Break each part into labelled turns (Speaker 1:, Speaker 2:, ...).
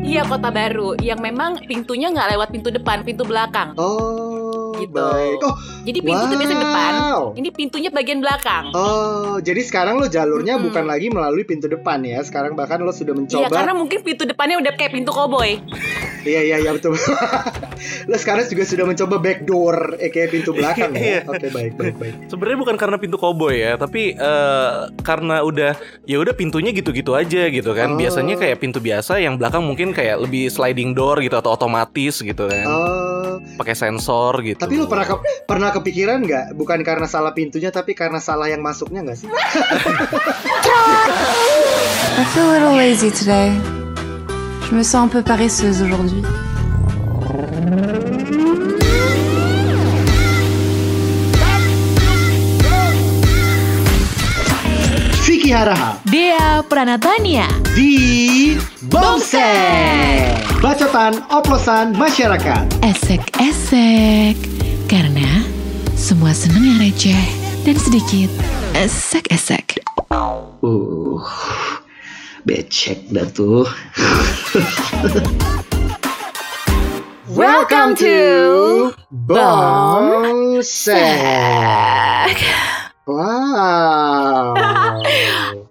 Speaker 1: Iya kota baru yang memang pintunya nggak lewat pintu depan, pintu belakang.
Speaker 2: Oh,
Speaker 1: Gitu.
Speaker 2: baik. Oh,
Speaker 1: Jadi pintu tuh biasanya depan,
Speaker 2: wow.
Speaker 1: ini pintunya bagian belakang.
Speaker 2: Oh, jadi sekarang lo jalurnya
Speaker 1: Mm-mm.
Speaker 2: bukan lagi melalui pintu depan ya. Sekarang bahkan lo sudah
Speaker 1: Iya
Speaker 2: mencoba.
Speaker 1: karena mungkin pintu depannya udah kayak pintu koboi.
Speaker 2: Iya, iya, iya betul. lo sekarang juga sudah mencoba backdoor, eh kayak pintu belakang ya.
Speaker 3: Iya.
Speaker 2: Oke, baik, baik, baik.
Speaker 3: Sebenarnya bukan karena pintu koboi ya, tapi eh, karena udah ya udah pintunya gitu-gitu aja gitu kan.
Speaker 2: Oh.
Speaker 3: Biasanya kayak pintu biasa yang belakang mungkin kayak lebih sliding door gitu atau otomatis gitu
Speaker 1: Iya.
Speaker 3: kan.
Speaker 2: Oh,
Speaker 3: Pakai sensor gitu.
Speaker 2: tapi lo pernah ke- pernah kepikiran nggak? Bukan karena salah pintunya, tapi karena salah yang masuknya nggak sih?
Speaker 4: I feel a little lazy today. Je me sens un peu paresseuse aujourd'hui.
Speaker 2: Vicky Haraha
Speaker 5: Dea Pranatania
Speaker 2: di
Speaker 5: Bongseng.
Speaker 2: Bongseng. Bacotan oplosan masyarakat.
Speaker 5: Esek-esek Karena semua seneng yang receh Dan sedikit Esek-esek
Speaker 2: Uh, becek dah tuh.
Speaker 1: Welcome to
Speaker 2: Bongsek. Wow.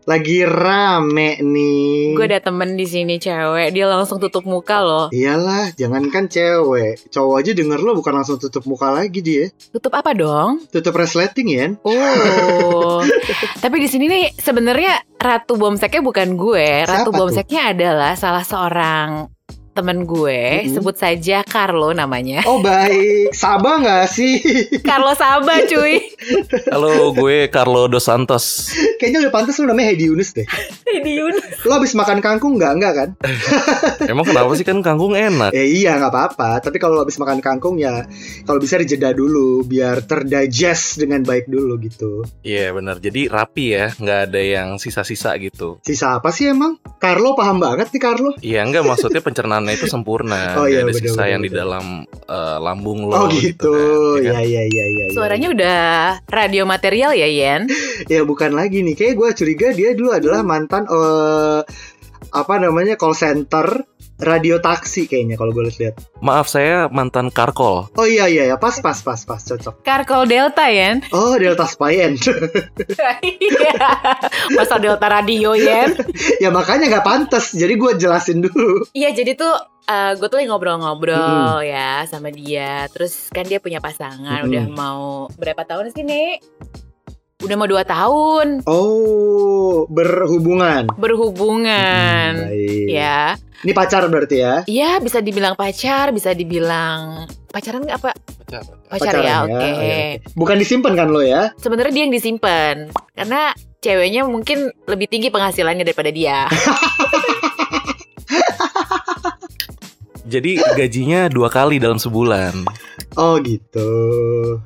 Speaker 2: Lagi rame nih.
Speaker 1: Gue ada temen di sini cewek, dia langsung tutup muka loh.
Speaker 2: Iyalah, jangankan cewek, cowok aja denger lo bukan langsung tutup muka lagi dia.
Speaker 1: Tutup apa dong?
Speaker 2: Tutup resleting ya.
Speaker 1: Oh, tapi di sini nih sebenarnya ratu bomseknya bukan gue.
Speaker 2: Siapa
Speaker 1: Ratu
Speaker 2: tuh?
Speaker 1: bomseknya adalah salah seorang temen gue,
Speaker 2: Mm-mm.
Speaker 1: sebut saja Carlo namanya.
Speaker 2: Oh baik, Sabah nggak sih?
Speaker 1: Carlo Saba cuy.
Speaker 3: Halo, gue Carlo dos Santos.
Speaker 2: Kayaknya udah pantas lo namanya Hedi Yunus deh.
Speaker 1: Di Yunus.
Speaker 2: Lo habis makan kangkung nggak? Nggak kan?
Speaker 3: Emang kenapa sih kan kangkung enak?
Speaker 2: Ya iya nggak apa-apa. Tapi kalau habis makan kangkung ya kalau bisa dijeda dulu biar terdigest dengan baik dulu gitu.
Speaker 3: Iya benar. Jadi rapi ya, nggak ada yang sisa-sisa gitu.
Speaker 2: Sisa apa sih emang? Carlo paham banget nih Carlo.
Speaker 3: Iya enggak maksudnya pencernaannya itu sempurna.
Speaker 2: Oh, iya,
Speaker 3: Nggak ada
Speaker 2: bener,
Speaker 3: sisa
Speaker 2: bener,
Speaker 3: yang di
Speaker 2: bener.
Speaker 3: dalam eh, lambung lo.
Speaker 2: Oh, gitu.
Speaker 3: kan.
Speaker 2: Ya ya ya ya. ya.
Speaker 1: Suaranya udah radio material ya Yen.
Speaker 2: ya bukan lagi nih. Kayak gue curiga dia dulu adalah mantan eh apa namanya call center radio taksi kayaknya kalau gue lihat.
Speaker 3: Maaf saya mantan karkol.
Speaker 2: Oh iya iya ya pas pas pas pas cocok.
Speaker 1: Carkol Delta Yen. Iya.
Speaker 2: Oh Delta Spyen.
Speaker 1: Masa Delta Radio Yen.
Speaker 2: ya makanya nggak pantas. Jadi gue jelasin dulu.
Speaker 1: Iya jadi tuh eh, gue tuh lagi ngobrol-ngobrol ya sama dia. Terus kan dia punya pasangan
Speaker 2: Mm-mm.
Speaker 1: udah mau berapa tahun sih nih? Udah mau dua tahun
Speaker 2: Oh berhubungan. Hmm,
Speaker 1: berhubungan.
Speaker 2: baik.
Speaker 1: Ya,
Speaker 2: Ini pacar berarti ya?
Speaker 1: ya bisa dibilang pacar, bisa dibilang pacaran nggak apa? Pacar
Speaker 2: Pacaran
Speaker 1: ya, oke.
Speaker 2: Oh, ya, oke. Bukan disimpan kan lo ya?
Speaker 1: Sebenarnya dia yang disimpan karena ceweknya mungkin lebih tinggi penghasilannya daripada dia.
Speaker 3: Jadi gajinya dua kali dalam sebulan.
Speaker 2: Oh gitu.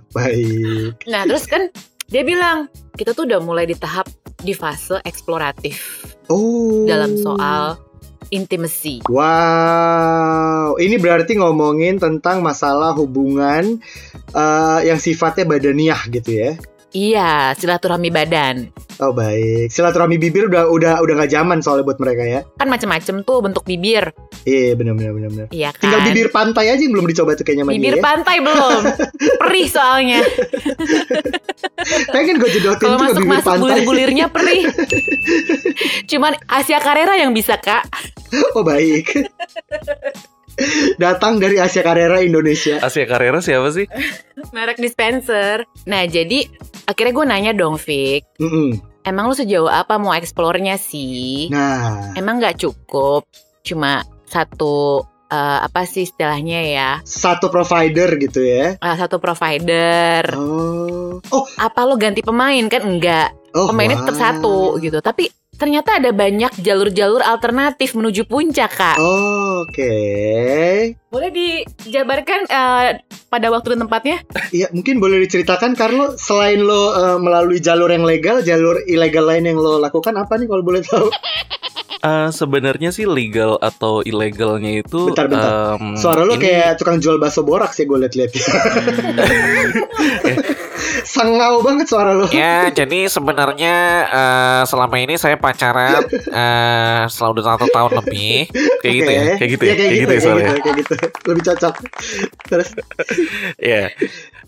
Speaker 2: Baik.
Speaker 1: Nah terus kan dia bilang kita tuh udah mulai di tahap di fase eksploratif
Speaker 2: Oh.
Speaker 1: dalam soal intimacy.
Speaker 2: Wow, ini berarti ngomongin tentang masalah hubungan eh, yang sifatnya badaniah gitu ya.
Speaker 1: Iya, silaturahmi badan.
Speaker 2: Oh baik, silaturahmi bibir udah udah udah nggak zaman soalnya buat mereka ya.
Speaker 1: Kan macam-macam tuh bentuk bibir,
Speaker 2: Iya benar benar benar benar.
Speaker 1: iya kan?
Speaker 2: Tinggal bibir pantai aja yang belum dicoba tuh kayaknya sama
Speaker 1: Bibir
Speaker 2: dia ya.
Speaker 1: pantai belum. Perih soalnya.
Speaker 2: Pengen gue jedotin
Speaker 1: Kalau
Speaker 2: tuh ke
Speaker 1: masuk-masuk
Speaker 2: bibir pantai.
Speaker 1: bulir-bulirnya perih. Cuman Asia Carrera yang bisa, Kak.
Speaker 2: Oh baik. Datang dari Asia Carrera Indonesia.
Speaker 3: Asia Carrera ya, siapa sih?
Speaker 1: Merek dispenser. Nah, jadi akhirnya gue nanya dong, Vic.
Speaker 2: Mm-mm.
Speaker 1: Emang lu sejauh apa mau eksplornya sih?
Speaker 2: Nah,
Speaker 1: Emang nggak cukup cuma satu eh, apa sih istilahnya ya?
Speaker 2: satu provider gitu ya.
Speaker 1: Eh, satu provider.
Speaker 2: Oh, oh,
Speaker 1: Apa lo ganti pemain kan enggak?
Speaker 2: oh
Speaker 1: pemainnya tetap
Speaker 2: wow.
Speaker 1: satu gitu tapi ternyata ada banyak jalur-jalur alternatif menuju puncak kak
Speaker 2: Oh. Oke.
Speaker 1: boleh dijabarkan eh, pada waktu dan tempatnya
Speaker 2: Iya, mungkin boleh diceritakan Carlo selain lo eh, melalui jalur yang legal, jalur ilegal lain yang lo lakukan apa nih kalau boleh tahu?
Speaker 3: Eh, Sebenarnya sih legal atau ilegalnya itu.
Speaker 2: Bentar, bentar.
Speaker 3: em,
Speaker 2: Suara lo
Speaker 3: ini-
Speaker 2: kayak tukang jual bakso borak sih gue liat-liat.
Speaker 3: eh,
Speaker 2: Sengau banget suara lo.
Speaker 6: Ya, jadi sebenarnya eh, selama ini saya pacaran eh selama udah satu tahun lebih.
Speaker 3: Kayak gitu ya,
Speaker 2: Oke.
Speaker 3: kayak gitu ya, kayak gitu ya
Speaker 2: kayak
Speaker 3: soalnya.
Speaker 2: gitu, kayak gitu. Lebih cocok. Terus
Speaker 3: Iya.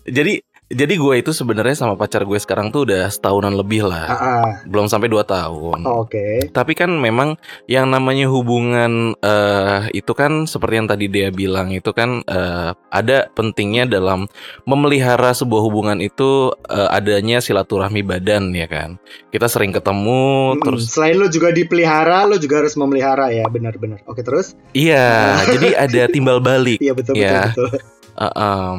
Speaker 3: Jadi jadi gue itu sebenarnya sama pacar gue sekarang tuh udah setahunan
Speaker 2: ah,
Speaker 3: lebih lah,
Speaker 2: ah.
Speaker 3: belum sampai dua tahun.
Speaker 2: Oh, oke.
Speaker 3: Tapi kan memang yang namanya hubungan eh itu kan seperti yang tadi dia bilang itu kan eh, ada pentingnya dalam memelihara sebuah hubungan itu eh, adanya silaturahmi badan ya kan. Kita sering ketemu
Speaker 2: Mm-mm.
Speaker 3: Oh, terus
Speaker 2: selain lo juga dipelihara, lo juga harus memelihara ya, benar-benar. Oke, terus?
Speaker 3: iya, jadi ada timbal balik.
Speaker 2: Iya, betul betul
Speaker 3: Iya.
Speaker 2: betul.
Speaker 3: Eh, em,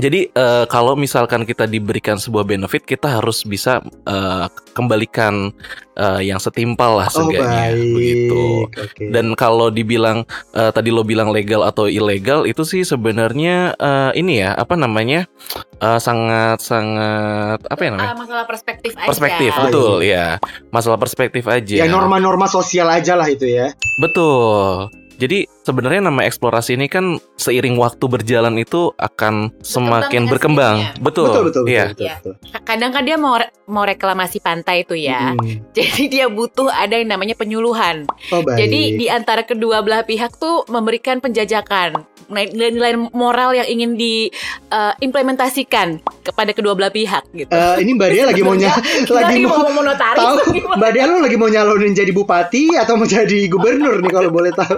Speaker 3: jadi eh, kalau misalkan kita diberikan sebuah benefit, kita harus bisa eh, kembalikan eh, yang setimpal lah
Speaker 2: Oh,
Speaker 3: seenggaknya
Speaker 2: baik.
Speaker 3: begitu.
Speaker 2: Oke.
Speaker 3: Dan kalau dibilang eh, tadi lo bilang legal atau ilegal itu sih sebenarnya eh, ini ya apa namanya eh, sangat sangat apa ya namanya
Speaker 1: Ah, masalah perspektif aja.
Speaker 3: perspektif
Speaker 2: aja.
Speaker 3: betul ya masalah perspektif aja
Speaker 2: ya norma-norma sosial aja lah itu ya.
Speaker 3: betul. Jadi sebenarnya nama eksplorasi ini kan seiring waktu berjalan itu akan semakin
Speaker 1: dengan
Speaker 3: berkembang.
Speaker 1: sendirinya.
Speaker 3: Betul.
Speaker 2: betul betul betul.
Speaker 3: Iya.
Speaker 2: betul,
Speaker 1: Iya.
Speaker 2: betul.
Speaker 1: Kadang kan dia mau re- mau reklamasi pantai itu ya.
Speaker 2: Mm-mm.
Speaker 1: Jadi dia butuh ada yang namanya penyuluhan.
Speaker 2: Oh, baik.
Speaker 1: Jadi di antara kedua belah pihak tuh memberikan penjajakan Nah, nilai-nilai moral yang ingin diimplementasikan kepada kedua belah pihak gitu.
Speaker 2: Eh, ini Mbak Dia lagi mau nyala, lagi
Speaker 1: Lagi
Speaker 2: mau
Speaker 1: mau ngomong notaris
Speaker 2: tahu
Speaker 1: lagi mau-
Speaker 2: Mbak Dia lo lagi mau nyalonin jadi bupati atau mau jadi gubernur nih kalau boleh tahu.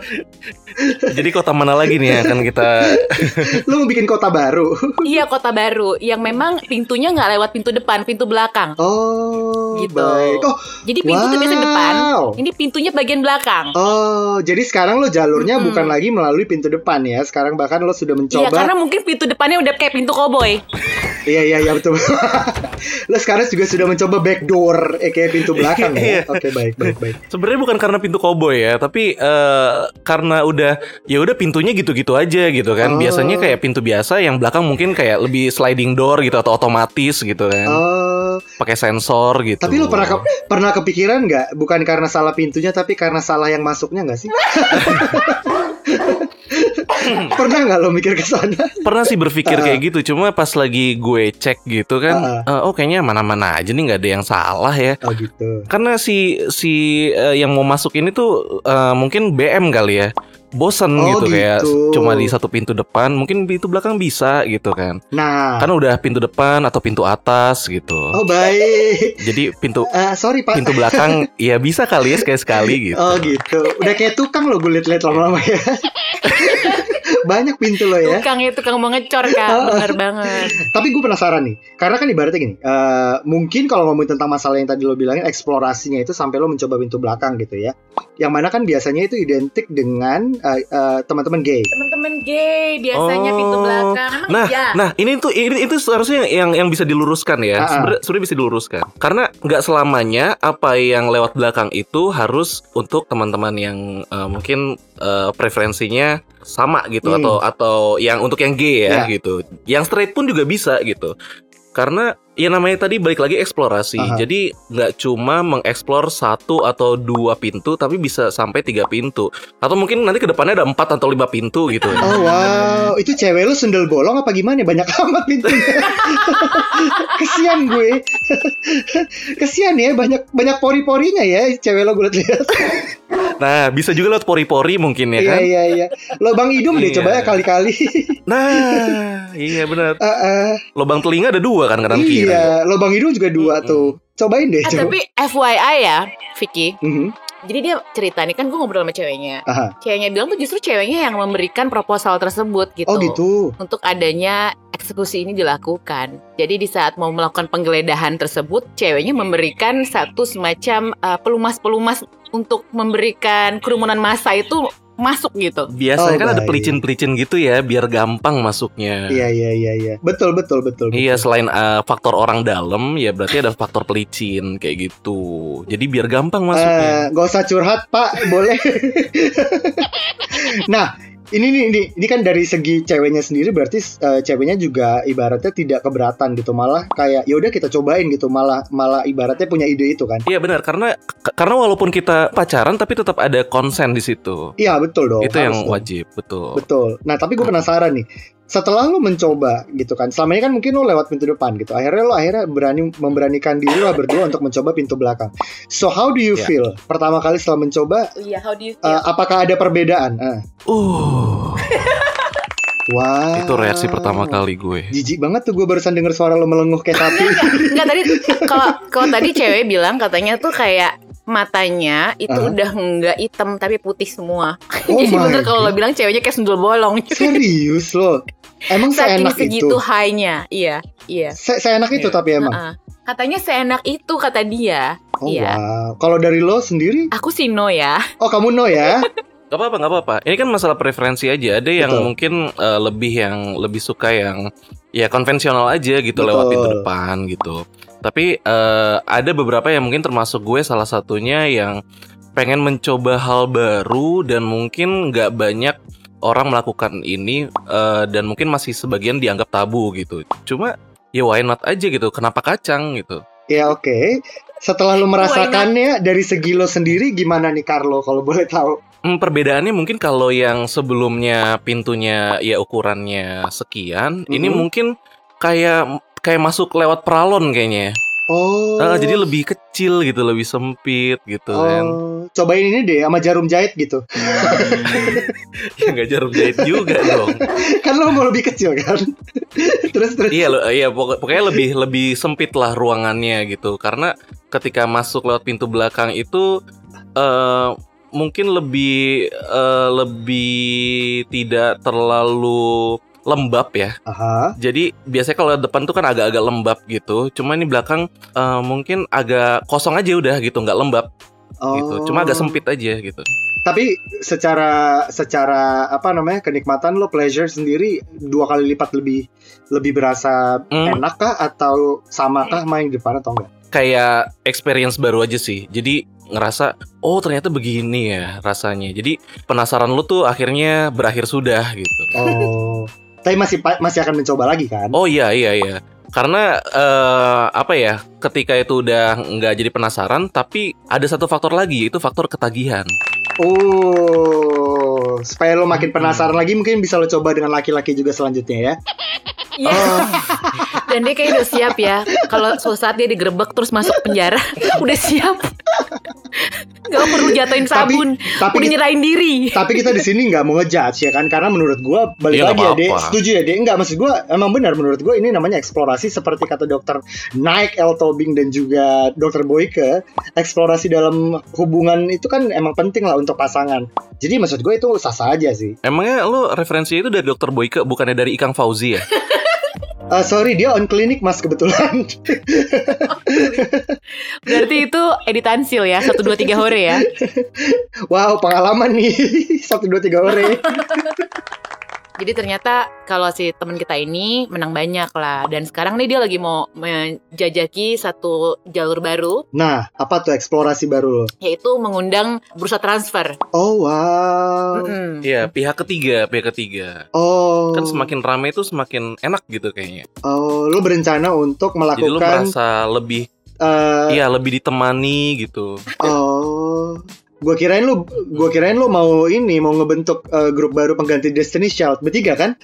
Speaker 3: Jadi kota mana lagi nih yang akan kita
Speaker 2: Lu mau bikin kota baru.
Speaker 1: Iya kota baru yang memang pintunya nggak lewat pintu depan, pintu belakang.
Speaker 2: Oh,
Speaker 1: Gitu.
Speaker 2: baik. Oh,
Speaker 1: Jadi pintu tuh biasanya depan,
Speaker 2: wow.
Speaker 1: ini pintunya bagian belakang.
Speaker 2: Oh, jadi sekarang lo jalurnya
Speaker 1: Mm-mm.
Speaker 2: bukan lagi melalui pintu depan ya. Sekarang bahkan lo sudah
Speaker 1: Iya
Speaker 2: mencoba.
Speaker 1: karena mungkin pintu depannya udah kayak pintu koboi.
Speaker 2: Iya, iya, iya betul. lo sekarang juga sudah mencoba backdoor eh kayak pintu belakang
Speaker 3: Iya.
Speaker 2: ya. Oke, baik, baik, baik.
Speaker 3: Sebenarnya bukan karena pintu koboi ya, tapi eh, karena udah ya udah pintunya gitu-gitu aja gitu kan.
Speaker 2: Oh.
Speaker 3: Biasanya kayak pintu biasa yang belakang mungkin kayak lebih sliding door gitu atau otomatis gitu kan.
Speaker 2: Oh,
Speaker 3: Pakai sensor gitu.
Speaker 2: tapi lo pernah ke- pernah kepikiran nggak bukan karena salah pintunya tapi karena salah yang masuknya nggak sih? pernah nggak lo mikir ke sana?
Speaker 3: Pernah sih berpikir kayak gitu, cuma pas lagi gue cek gitu kan, eh, oh kayaknya mana-mana aja nih nggak ada yang salah ya.
Speaker 2: Oh gitu.
Speaker 3: Karena si si eh, yang mau masuk ini tuh eh, mungkin BM kali ya. Bosen
Speaker 2: Oh,
Speaker 3: gitu kayak
Speaker 2: gitu.
Speaker 3: cuma di satu pintu depan, mungkin pintu belakang bisa gitu kan.
Speaker 2: Nah,
Speaker 3: Karena udah pintu depan atau pintu atas gitu.
Speaker 2: oh baik.
Speaker 3: Jadi pintu
Speaker 2: Eh, sorry pak.
Speaker 3: pintu belakang ya bisa kali ya sekali-sekali gitu.
Speaker 2: Oh gitu. Udah kayak tukang lo gue liat-liat lama-lama ya. Banyak pintu lo ya.
Speaker 1: Tukang itu tukang mau ngecor kak, bener banget.
Speaker 2: Tapi gue penasaran nih. Karena kan ibaratnya gini. eh, mungkin kalau ngomongin tentang masalah yang tadi lo bilangin. Eksplorasinya itu sampai lo mencoba pintu belakang gitu ya. Yang mana kan biasanya itu identik dengan eh, eh, teman-teman gay.
Speaker 1: Temen-temen gay biasanya pintu
Speaker 3: Oh.
Speaker 1: belakang. Emang
Speaker 3: Nah,
Speaker 1: iya.
Speaker 3: nah ini tuh ini itu seharusnya yang yang bisa diluruskan
Speaker 2: Ah,
Speaker 3: ya.
Speaker 2: ah.
Speaker 3: Sebenarnya sebenarnya bisa diluruskan. Karena nggak selamanya apa yang lewat belakang itu harus untuk teman-teman yang eh, mungkin eh, preferensinya sama gitu
Speaker 2: Hmm.
Speaker 3: atau atau yang untuk yang gay ya gitu. Yang straight pun juga bisa gitu. Karena ya namanya tadi balik lagi eksplorasi.
Speaker 2: Aha.
Speaker 3: Jadi nggak cuma mengeksplor satu atau dua pintu tapi bisa sampai tiga pintu. Atau mungkin nanti kedepannya ada empat atau lima pintu gitu.
Speaker 2: Oh wow, itu cewek lu sendel bolong apa gimana? Banyak amat pintunya. Kesian gue. Kesian ya, banyak banyak pori-porinya ya cewek lo gue liat-liat.
Speaker 3: Nah, bisa juga lewat pori-pori mungkin ya
Speaker 2: Iya
Speaker 3: kan?
Speaker 2: iya iya. Lobang hidung deh
Speaker 3: Iya.
Speaker 2: coba ya kali-kali.
Speaker 3: Nah, iya benar.
Speaker 2: Eh, eh,
Speaker 3: Lobang telinga ada dua kan kanan kiri.
Speaker 2: iya, lobang hidung juga dua
Speaker 3: Mm-mm.
Speaker 2: tuh. Cobain deh.
Speaker 1: Ah,
Speaker 2: coba.
Speaker 1: tapi FYI ya, Vicky.
Speaker 2: Mhm.
Speaker 1: Jadi dia cerita nih kan gue ngobrol sama ceweknya.
Speaker 2: Aha.
Speaker 1: Ceweknya bilang tuh justru ceweknya yang memberikan proposal tersebut gitu.
Speaker 2: Oh gitu.
Speaker 1: Untuk adanya eksekusi ini dilakukan. Jadi di saat mau melakukan penggeledahan tersebut, ceweknya memberikan satu semacam eh, pelumas-pelumas untuk memberikan kerumunan massa itu masuk gitu.
Speaker 3: Biasanya
Speaker 2: Oh,
Speaker 3: kan ada
Speaker 2: baik.
Speaker 3: pelicin-pelicin gitu ya biar gampang masuknya.
Speaker 2: Iya iya iya iya. Betul betul betul. betul.
Speaker 3: Iya, selain eh, faktor orang dalam ya berarti ada faktor pelicin kayak gitu. Jadi biar gampang masuknya.
Speaker 2: Eh, gak usah curhat pak, boleh. nah, ini nih ini, ini kan dari segi ceweknya sendiri berarti eh, ceweknya juga ibaratnya tidak keberatan gitu, malah kayak ya udah kita cobain gitu, malah malah ibaratnya punya ide itu kan.
Speaker 3: Iya benar karena k- karena walaupun kita pacaran tapi tetap ada konsen di situ.
Speaker 2: Iya betul dong.
Speaker 3: Itu yang
Speaker 2: harus dong.
Speaker 3: wajib, betul. Hmm.
Speaker 2: Betul. Nah tapi gue penasaran nih, setelah lo mencoba gitu kan selama ini kan mungkin lo lewat pintu depan gitu akhirnya lo akhirnya berani memberanikan diri lo berdua untuk mencoba pintu belakang so how do you
Speaker 3: Ya.
Speaker 2: feel pertama kali setelah mencoba
Speaker 1: Iya, how do you
Speaker 2: eh,
Speaker 1: feel?
Speaker 2: apakah ada perbedaan Ah.
Speaker 3: Uh,
Speaker 2: wah
Speaker 3: itu reaksi
Speaker 2: Ah.
Speaker 3: pertama kali gue.
Speaker 2: jijik banget tuh gue barusan denger suara lo melenguh kayak sapi
Speaker 1: Enggak tadi kalau kalau tadi cewek bilang katanya tuh kayak matanya itu
Speaker 2: Ah.
Speaker 1: udah enggak hitam tapi putih semua.
Speaker 2: Oh
Speaker 1: Jadi
Speaker 2: my
Speaker 1: bener kalau lo
Speaker 2: God.
Speaker 1: bilang ceweknya kayak sendul bolong.
Speaker 2: serius lo emang
Speaker 1: Saking
Speaker 2: seenak itu
Speaker 1: segitu high-nya. Iya, iya.
Speaker 2: Se- seenak itu
Speaker 6: Iya.
Speaker 2: tapi emang
Speaker 1: Heeh. Katanya seenak itu kata dia.
Speaker 2: oh
Speaker 1: Iya.
Speaker 2: wow kalau dari lo sendiri
Speaker 1: Aku sih no ya.
Speaker 2: oh kamu no ya
Speaker 3: Gak apa-apa, gak apa-apa. Ini kan masalah preferensi aja. Ada yang
Speaker 2: Betul.
Speaker 3: mungkin eh, lebih yang lebih suka yang ya konvensional aja gitu
Speaker 2: Betul.
Speaker 3: lewat pintu depan gitu. Tapi eh, ada beberapa yang mungkin termasuk gue salah satunya yang pengen mencoba hal baru dan mungkin nggak banyak orang melakukan ini eh, dan mungkin masih sebagian dianggap tabu gitu. Cuma ya why not aja gitu. Kenapa kacang gitu?
Speaker 2: ya oke setelah lo merasakannya dari segi lo sendiri gimana nih Carlo kalau boleh tahu
Speaker 3: Hmm, perbedaannya mungkin kalau yang sebelumnya pintunya ya ukurannya sekian, ini
Speaker 2: Mhm.
Speaker 3: mungkin kayak kayak masuk lewat peralon kayaknya. ya.
Speaker 2: oh
Speaker 3: Ah, jadi lebih kecil gitu, lebih sempit gitu kan.
Speaker 2: Oh, cobain ini deh sama jarum jahit gitu.
Speaker 3: Ya nggak jarum jahit juga dong.
Speaker 2: kan lo mau lebih kecil kan? terus terus.
Speaker 3: Iya lo, iya pokok- pokoknya lebih lebih sempit lah ruangannya gitu. Karena ketika masuk lewat pintu belakang itu eh mungkin lebih eh, lebih tidak terlalu lembab ya
Speaker 2: Aha.
Speaker 3: Jadi biasanya kalau depan tuh kan agak-agak lembab gitu. Cuma ini belakang eh, mungkin agak kosong aja udah gitu, nggak lembab
Speaker 2: Oh.
Speaker 3: gitu. Cuma agak sempit aja gitu.
Speaker 2: Tapi secara secara apa namanya kenikmatan lo pleasure sendiri dua kali lipat lebih lebih berasa
Speaker 3: Hmm.
Speaker 2: enak kah atau sama kah main di depan atau enggak?
Speaker 3: Kayak experience baru aja sih. Jadi ngerasa oh ternyata begini ya rasanya. Jadi penasaran lu tuh akhirnya berakhir sudah gitu.
Speaker 2: Oh. Tapi masih pa- masih akan mencoba lagi kan?
Speaker 3: Oh iya iya iya. Karena eh, apa ya? Ketika itu udah nggak jadi penasaran, tapi ada satu faktor lagi yaitu faktor ketagihan.
Speaker 2: Oh. Supaya lo makin penasaran
Speaker 3: Hmm.
Speaker 2: lagi mungkin bisa lo coba dengan laki-laki juga selanjutnya ya.
Speaker 1: Iya.
Speaker 2: Oh.
Speaker 1: Dan dia kayak udah siap ya. Kalau suatu saat dia digerebek terus masuk penjara, udah siap. Gak perlu jatuhin
Speaker 2: Tapi-
Speaker 1: sabun, udah
Speaker 2: Tapi
Speaker 1: nyerahin diri.
Speaker 2: tapi kita di sini nggak mau ngejudge ya kan karena menurut gua balik
Speaker 3: Iya,
Speaker 2: lagi ya
Speaker 3: nggak
Speaker 2: deh
Speaker 3: apa-apa.
Speaker 2: setuju ya deh nggak maksud gua emang benar menurut gua ini namanya eksplorasi seperti kata dokter Naik L Tobing dan juga dokter Boyke eksplorasi dalam hubungan itu kan emang penting lah untuk pasangan jadi maksud gua itu sah sah aja sih
Speaker 3: Emangnya lu referensinya itu dari Dokter Boyke bukannya dari Ikang Fauzi ya?
Speaker 2: Eh, sorry dia on klinik mas kebetulan
Speaker 1: Berarti itu editan sil ya, 1 2 3 hore ya.
Speaker 2: wow pengalaman nih satu dua tiga ore
Speaker 1: Jadi ternyata kalau si teman kita ini menang banyak lah dan sekarang nih dia lagi mau menjajaki satu jalur baru
Speaker 2: nah apa tuh eksplorasi baru lo
Speaker 1: yaitu mengundang bursa transfer. Hmm.
Speaker 2: oh wow
Speaker 1: Mm-mm.
Speaker 3: Iya, pihak ketiga, pihak ketiga.
Speaker 2: Kan? oh
Speaker 3: Kan semakin rame itu semakin enak gitu kayaknya.
Speaker 2: oh lo berencana untuk
Speaker 3: Jadi lu
Speaker 2: melakukan
Speaker 3: merasa lebih
Speaker 2: eh,
Speaker 3: iya, lebih ditemani gitu.
Speaker 2: Oh, gue kirain lu, gue kirain lu mau ini mau ngebentuk eh, grup baru pengganti Destiny Child bertiga kan?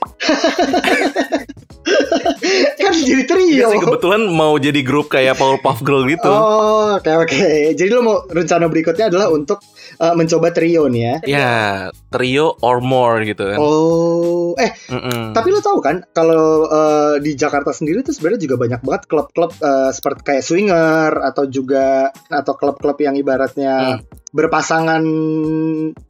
Speaker 2: kan jadi
Speaker 3: Iya
Speaker 2: trio.
Speaker 3: sih kebetulan mau jadi grup kayak Powerpuff Girl gitu.
Speaker 2: Oh, oke oke. Jadi lu mau rencana berikutnya adalah untuk eh, mencoba trio nih ya?
Speaker 3: Ya, trio or more gitu kan.
Speaker 2: Oh, eh
Speaker 3: Mm-mm.
Speaker 2: tapi lu tahu kan kalau eh, di Jakarta sendiri tuh sebenarnya juga banyak banget klub-klub eh, seperti kayak swinger atau juga atau klub-klub yang
Speaker 1: Hmm.
Speaker 2: ibaratnya berpasangan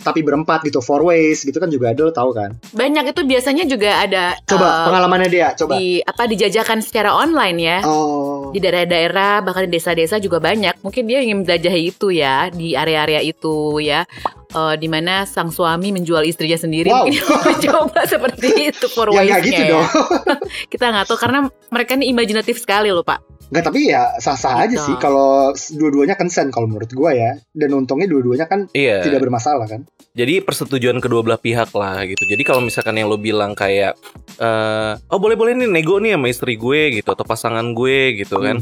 Speaker 2: tapi berempat gitu four ways gitu kan juga ada lo tahu kan?
Speaker 1: Banyak itu biasanya juga ada
Speaker 2: Coba
Speaker 1: eh,
Speaker 2: pengalamannya dia, coba.
Speaker 1: di apa dijajakan secara online ya.
Speaker 2: Oh.
Speaker 1: Di daerah-daerah bahkan di desa-desa juga banyak. Mungkin dia ingin menjelajahi itu ya di area-area itu ya. Eh di mana sang suami menjual istrinya sendiri
Speaker 2: Wow.
Speaker 1: mungkin dia mencoba seperti itu for
Speaker 2: Ya
Speaker 1: ways-nya
Speaker 2: nggak gitu
Speaker 1: ya.
Speaker 2: dong.
Speaker 1: kita nggak tahu karena mereka ini imajinatif sekali loh pak.
Speaker 2: Nggak tapi ya sah-sah aja
Speaker 1: Gitu.
Speaker 2: sih kalau dua-duanya consent kalau menurut gua ya. Dan untungnya dua-duanya
Speaker 1: Eh.
Speaker 2: kan
Speaker 3: Iya.
Speaker 2: tidak bermasalah kan.
Speaker 3: Jadi persetujuan kedua belah pihak lah gitu. Jadi kalau misalkan yang lo bilang kayak eh, oh boleh-boleh nih nego nih sama
Speaker 2: Hmm.
Speaker 3: istri gue gitu atau pasangan gue gitu kan.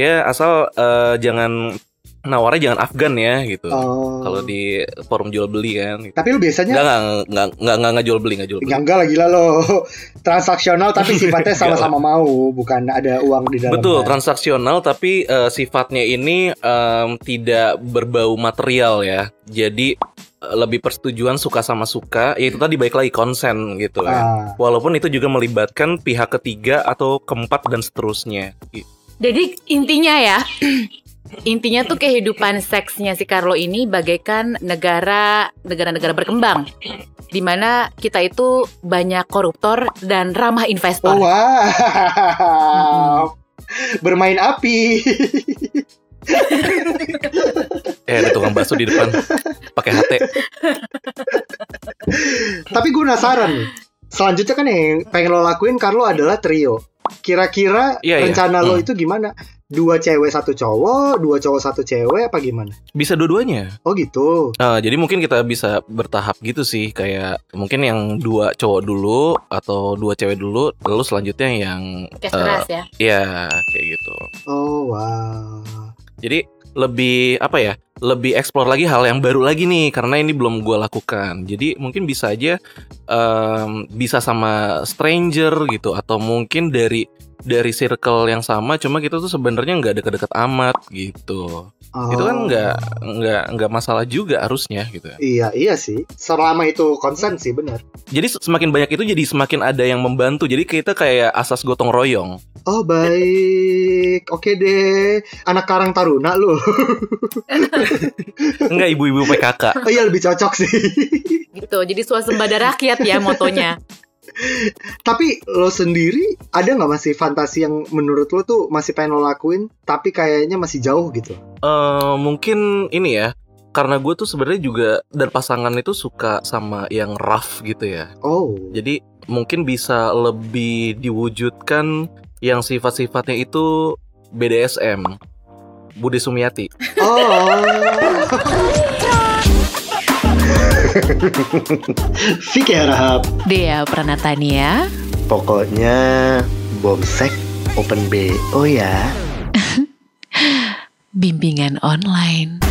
Speaker 3: Ya asal eh, jangan nawarnya jangan Afgan ya gitu.
Speaker 2: Oh.
Speaker 3: Kalau di forum jual beli kan. Gitu.
Speaker 2: Tapi lu
Speaker 3: Enggak
Speaker 2: biasanya
Speaker 3: enggak enggak enggak enggak, enggak jual beli, enggak jual beli.
Speaker 2: Ya enggak lah gila lo Transaksional tapi sifatnya sama-sama mau Bukan ada uang di dalam
Speaker 3: Betul,
Speaker 2: kan?
Speaker 3: transaksional tapi eh, sifatnya ini em, tidak berbau material ya. Jadi eh, lebih persetujuan suka sama suka, ya itu tadi baik lagi konsen gitu kan.
Speaker 2: Ah.
Speaker 3: Walaupun itu juga melibatkan pihak ketiga atau keempat dan seterusnya. Gitu.
Speaker 1: Jadi intinya ya, intinya tuh kehidupan seksnya si Carlo ini bagaikan negara negara-negara berkembang, di mana kita itu banyak koruptor dan ramah
Speaker 2: Oh,
Speaker 1: investor.
Speaker 3: Ah.
Speaker 2: wow. Bermain api.
Speaker 3: Eh ada tukang bakso di depan pakai HT.
Speaker 2: Tapi gue penasaran nih. Selanjutnya kan yang pengen lo lakuin Carlo adalah trio. Kira-kira
Speaker 3: Iya, iya.
Speaker 2: rencana lo
Speaker 3: Hmm.
Speaker 2: itu gimana? Dua cewek satu cowok, dua cowok satu cewek apa gimana?
Speaker 3: Bisa dua-duanya.
Speaker 2: Oh gitu.
Speaker 3: Eh, jadi mungkin kita bisa bertahap gitu sih, kayak mungkin yang dua cowok dulu atau dua cewek dulu, lalu selanjutnya yang
Speaker 1: Cash keras ya.
Speaker 3: ya kayak gitu.
Speaker 2: Oh wow.
Speaker 3: Jadi lebih apa ya? Lebih explore lagi hal yang baru lagi nih karena ini belum gua lakukan. Jadi mungkin bisa aja em, bisa sama stranger gitu atau mungkin dari dari circle yang sama cuma kita tuh sebenarnya nggak deket-deket amat gitu.
Speaker 2: Oh.
Speaker 3: Itu kan nggak nggak nggak masalah juga harusnya gitu.
Speaker 2: Iya iya sih. Selama itu konsen sih benar.
Speaker 3: Jadi semakin banyak itu jadi semakin ada yang membantu. Jadi kita kayak asas gotong royong.
Speaker 2: Oh baik. Oke deh. Anak karang taruna lo.
Speaker 3: Enggak ibu-ibu PKK.
Speaker 2: Oh iya lebih cocok sih.
Speaker 1: Gitu. Jadi suasembada rakyat ya motonya.
Speaker 2: Tapi lo sendiri ada nggak masih fantasi yang menurut lo tuh masih pengen lo lakuin tapi kayaknya masih jauh gitu?
Speaker 3: Eh, mungkin ini ya karena gue tuh sebenarnya juga dan pasangan itu suka sama yang rough gitu ya
Speaker 2: Oh,
Speaker 3: jadi mungkin bisa lebih diwujudkan yang sifat-sifatnya itu BDSM Budi Sumiati
Speaker 2: oh,
Speaker 7: Fikir Harap
Speaker 5: Dea Pranatania.
Speaker 7: Pokoknya Bomsek Open BO ya
Speaker 5: Bimbingan online.